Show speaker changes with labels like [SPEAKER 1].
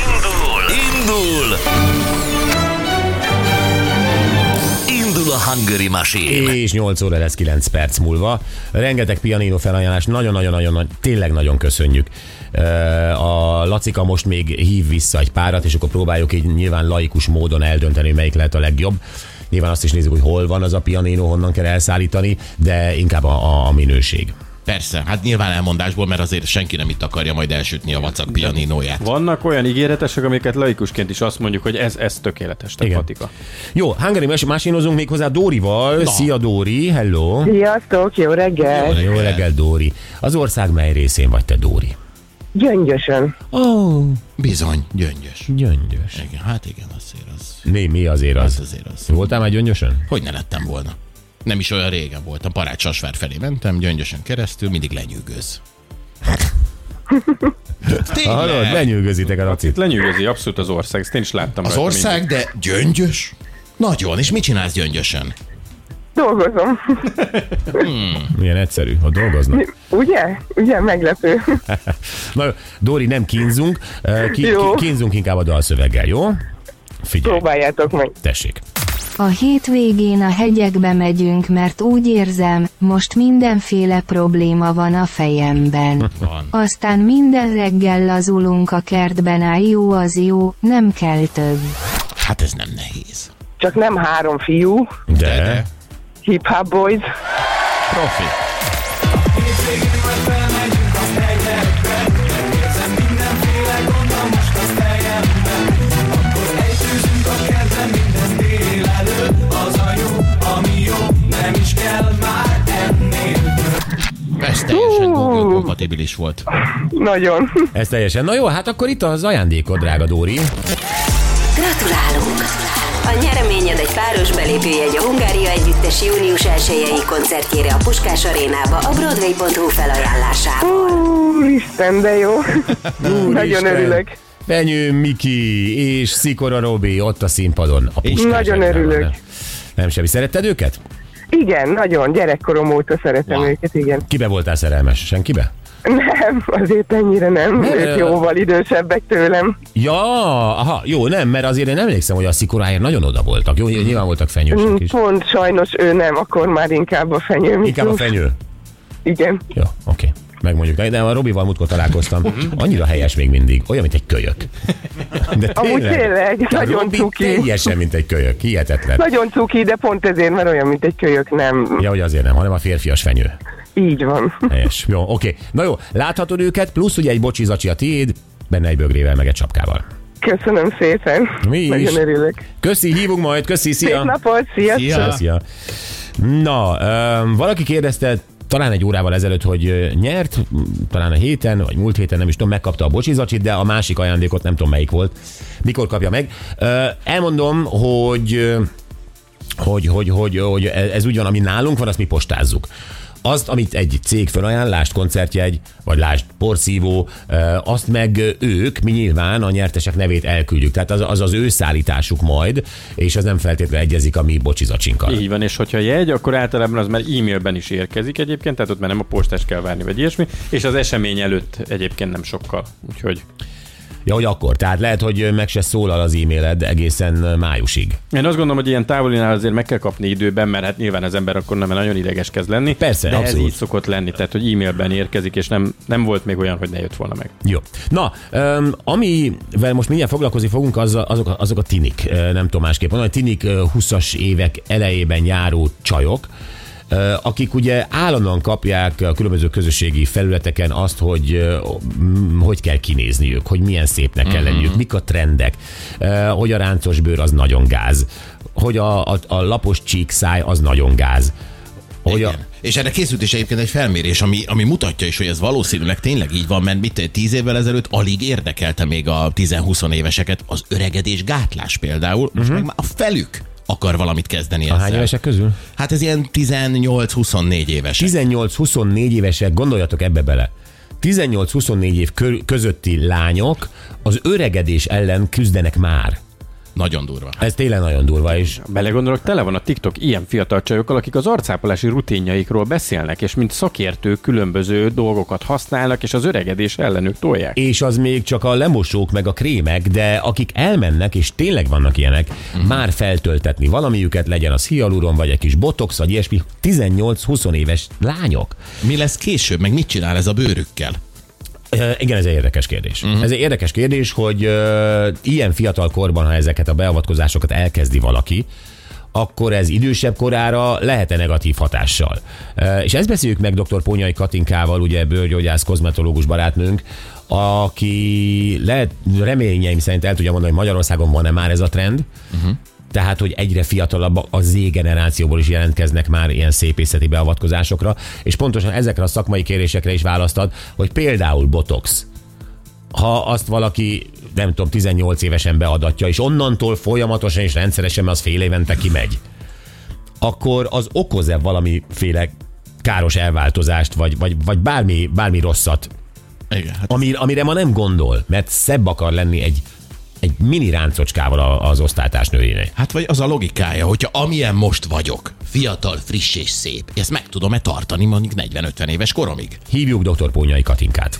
[SPEAKER 1] Indul! Indul! Indul a Hungary Machine!
[SPEAKER 2] És 8 óra lesz 9 perc múlva. Rengeteg pianino felajánlás, nagyon-nagyon-nagyon, nagy- tényleg nagyon köszönjük. Ö, A Lacika most még hív vissza egy párat, és akkor próbáljuk így nyilván laikus módon eldönteni, hogy melyik lehet a legjobb. Nyilván azt is nézzük, hogy hol van az a pianino, honnan kell elszállítani, de inkább a, a- a minőség.
[SPEAKER 3] Persze, hát nyilván elmondásból, mert azért senki nem itt akarja majd elsütni a vacak pianinóját.
[SPEAKER 4] Vannak olyan ígéretesek, amiket laikusként is azt mondjuk, hogy ez, ez tökéletes
[SPEAKER 2] Igen.
[SPEAKER 4] tematika.
[SPEAKER 2] Jó, Hungary Mes- másinozunk még hozzá Dórival. Na. Szia Dóri, hello!
[SPEAKER 5] Sziasztok, jó reggel!
[SPEAKER 3] Jó
[SPEAKER 2] Jó
[SPEAKER 3] reggelt.
[SPEAKER 2] reggel, Dóri. Az ország mely részén vagy te, Dóri?
[SPEAKER 5] Gyöngyösen.
[SPEAKER 2] Ó, oh,
[SPEAKER 3] Bizony, gyöngyös.
[SPEAKER 2] gyöngyös.
[SPEAKER 3] Igen, hát igen, azért az.
[SPEAKER 2] Mi, mi azért
[SPEAKER 3] Az
[SPEAKER 2] az?
[SPEAKER 3] azért az.
[SPEAKER 2] Voltál már gyöngyösen?
[SPEAKER 3] Hogy ne lettem volna? Nem is olyan régen voltam. Parács Sasvár felé mentem, gyöngyösen keresztül, mindig lenyűgöz.
[SPEAKER 2] Hallod,
[SPEAKER 3] Tényleg?
[SPEAKER 2] lenyűgözitek a
[SPEAKER 4] Itt
[SPEAKER 2] racit.
[SPEAKER 4] lenyűgözi abszolút az ország, ezt én is láttam.
[SPEAKER 3] Az
[SPEAKER 4] rajta
[SPEAKER 3] ország, de gyöngyös? Nagyon, és mit csinálsz gyöngyösen?
[SPEAKER 5] Dolgozom.
[SPEAKER 2] Milyen egyszerű, ha dolgoznak.
[SPEAKER 5] Ugye? Ugye? Meglepő.
[SPEAKER 2] Na, jó, Dóri, nem kínzunk, eh, ki, ki,
[SPEAKER 5] Jó.
[SPEAKER 2] kínzunk inkább a dalszöveggel, jó? Figyelj,
[SPEAKER 5] Próbáljátok meg.
[SPEAKER 2] tessék.
[SPEAKER 6] A hétvégén a hegyekbe megyünk, mert úgy érzem, most mindenféle probléma van a fejemben.
[SPEAKER 3] Van.
[SPEAKER 6] Aztán minden reggel lazulunk a kertben, áll jó az jó, nem kell több.
[SPEAKER 3] Hát ez nem nehéz.
[SPEAKER 5] Csak nem három fiú,
[SPEAKER 2] De,
[SPEAKER 3] de.
[SPEAKER 5] hip hop boys.
[SPEAKER 3] Profi. Ez teljesen Google kompatibilis volt.
[SPEAKER 5] Nagyon.
[SPEAKER 2] ez teljesen. Na jó, hát akkor itt az ajándékod, drága Dóri.
[SPEAKER 7] Gratulálunk! A nyereményed egy páros belépőjegy a Hungária Együttes június 1 koncertjére a Puskás Arénába a Broadway.hu felajánlásával.
[SPEAKER 5] Úristen, de jó. Nagyon
[SPEAKER 2] Úristen.
[SPEAKER 5] örülök.
[SPEAKER 2] Fenyő Miki és Szikora Robi ott a színpadon. A Puskás
[SPEAKER 5] Nagyon
[SPEAKER 2] Arénában.
[SPEAKER 5] örülök.
[SPEAKER 2] Nem semmi. Szeretted őket?
[SPEAKER 5] Igen, nagyon. Gyerekkorom óta szeretem
[SPEAKER 3] Wow.
[SPEAKER 5] őket, igen.
[SPEAKER 2] Kibe voltál szerelmes? Senkibe?
[SPEAKER 5] Nem, azért ennyire nem.
[SPEAKER 2] Nem,
[SPEAKER 5] Ők
[SPEAKER 2] ö-
[SPEAKER 5] jóval idősebbek tőlem.
[SPEAKER 2] Ja, aha, jó, nem, mert azért én emlékszem, hogy a szikoráért nagyon oda voltak. Jó, nyilván voltak fenyősek is.
[SPEAKER 5] Pont sajnos ő nem, akkor már inkább a fenyő. Miklós.
[SPEAKER 2] Inkább a fenyő.
[SPEAKER 5] Igen.
[SPEAKER 2] Jó, oké. Megmondjuk. De a Robival múltkor találkoztam. Annyira helyes még mindig. Olyan, mint egy kölyök. De
[SPEAKER 5] Amúgy tényleg,
[SPEAKER 2] De a
[SPEAKER 5] nagyon
[SPEAKER 2] Robi
[SPEAKER 5] cuki.
[SPEAKER 2] Teljesen, mint egy kölyök. Hihetetlen.
[SPEAKER 5] Nagyon cuki, de pont ezért, mert olyan, mint egy kölyök, nem.
[SPEAKER 2] Ja, hogy azért nem, hanem a férfias fenyő.
[SPEAKER 5] Így van.
[SPEAKER 2] Helyes. Jó, oké. Na jó, láthatod őket, plusz ugye egy bocsizacsi a tiéd, benne egy bögrével, meg egy csapkával.
[SPEAKER 5] Köszönöm szépen.
[SPEAKER 2] Mi is.
[SPEAKER 5] Nagyon örülök.
[SPEAKER 2] Köszi, hívunk majd, köszi,
[SPEAKER 5] Szép
[SPEAKER 2] szia!
[SPEAKER 5] napot, sziasztok!
[SPEAKER 3] Szia.
[SPEAKER 2] Szia. Na, öm, valaki kérdezte talán egy órával ezelőtt, hogy ö, nyert, m, talán a héten, vagy múlt héten, nem is tudom, megkapta a bocsizacsit, de a másik ajándékot nem tudom melyik volt, mikor kapja meg. Ö, Elmondom, hogy ö, hogy, hogy, hogy, hogy e, ez úgy van, ami nálunk van, azt mi postázzuk. Azt, amit egy cég felajánl, lásd koncertjegy, vagy lásd porszívó, ö, azt meg ők, mi nyilván a nyertesek nevét elküldjük. Tehát az az, az ő szállításuk majd, és ez nem feltétlenül egyezik a mi bocsizacsinkkal.
[SPEAKER 4] Így van, és hogyha jegy, akkor általában az már e-mailben is érkezik egyébként, tehát ott már nem a postás kell várni, vagy ilyesmi, és az esemény előtt egyébként nem sokkal. Úgyhogy
[SPEAKER 2] Ja, hogy akkor. Tehát lehet, hogy meg se szólal az e-mailed egészen májusig.
[SPEAKER 4] én azt gondolom, hogy ilyen távolinál azért meg kell kapni időben, mert hát nyilván az ember akkor nem nagyon ideges kezd lenni.
[SPEAKER 2] Persze,
[SPEAKER 4] de
[SPEAKER 2] abszolút.
[SPEAKER 4] ez így szokott lenni, tehát hogy e-mailben érkezik, és nem, nem volt még olyan, hogy ne jött volna meg.
[SPEAKER 2] Jó. Na, öm, amivel most mindjárt foglalkozni fogunk, az, a- azok, a- azok a tinik. Ö, Nem tudom másképp mondani. A tinik ö, 20-as évek elejében járó csajok, ö, akik ugye állandóan kapják a különböző közösségi felületeken azt, hogy ö, m, hogy kell kinézniük, hogy milyen szépnek kell lenniük, mik a trendek, ö, hogy a ráncos bőr az nagyon gáz, hogy a, a, a lapos csíkszáj az nagyon gáz. Hogy a,
[SPEAKER 3] Igen. És erre készült is egyébként egy felmérés, ami, ami mutatja is, hogy ez valószínűleg tényleg így van, mert mit tíz évvel ezelőtt alig érdekelte még a 10-20 éveseket az öregedés gátlás például, most meg már a felük akar valamit kezdeni
[SPEAKER 2] a
[SPEAKER 3] ezzel.
[SPEAKER 2] hány évesek közül?
[SPEAKER 3] Hát ez ilyen 18-24 éves.
[SPEAKER 2] 18-24 évesek, gondoljatok ebbe bele. 18-24 év kö- közötti lányok az öregedés ellen küzdenek már.
[SPEAKER 3] Nagyon durva.
[SPEAKER 2] Ez tényleg nagyon durva is.
[SPEAKER 4] Belegondolok, tele van a TikTok ilyen fiatal csajokkal, akik az arcápolási rutinjaikról beszélnek, és mint szakértők különböző dolgokat használnak, és az öregedés ellenük tolják.
[SPEAKER 2] És az még csak a lemosók meg a krémek, de akik elmennek, és tényleg vannak ilyenek, már feltöltetni valamiüket, legyen az hialuron, vagy egy kis botox, vagy ilyesmi, 18-20 éves lányok.
[SPEAKER 3] Mi lesz később, meg mit csinál ez a bőrükkel?
[SPEAKER 2] Ö, Igen, ez egy érdekes kérdés. Uh-huh. Ez egy érdekes kérdés, hogy ö, ilyen fiatal korban, ha ezeket a beavatkozásokat elkezdi valaki, akkor ez idősebb korára lehet-e negatív hatással. Ö, és ezt beszéljük meg dr. Pónyai Katinkával, ugye bőrgyógyász, kozmetológus barátnőnk, aki lehet, reményeim szerint el tudja mondani, hogy Magyarországon van-e már ez a trend, uh-huh. tehát, hogy egyre fiatalabb a Z generációból is jelentkeznek már ilyen szépészeti beavatkozásokra, és pontosan ezekre a szakmai kérésekre is választad, hogy például botox, ha azt valaki, nem tudom, 18 évesen beadatja, és onnantól folyamatosan és rendszeresen, mert az fél évente kimegy, akkor az okoz-e valamiféle káros elváltozást, vagy, vagy, vagy bármi, bármi rosszat,
[SPEAKER 3] Igen, hát
[SPEAKER 2] ami, amire ma nem gondol, mert szebb akar lenni egy, egy mini ráncocskával a- az osztálytársnőjének.
[SPEAKER 3] Hát vagy az a logikája, hogyha amilyen most vagyok, fiatal, friss és szép, ezt meg tudom-e tartani mondjuk 40-50 éves koromig?
[SPEAKER 2] Hívjuk dr. Pónyai Katinkát.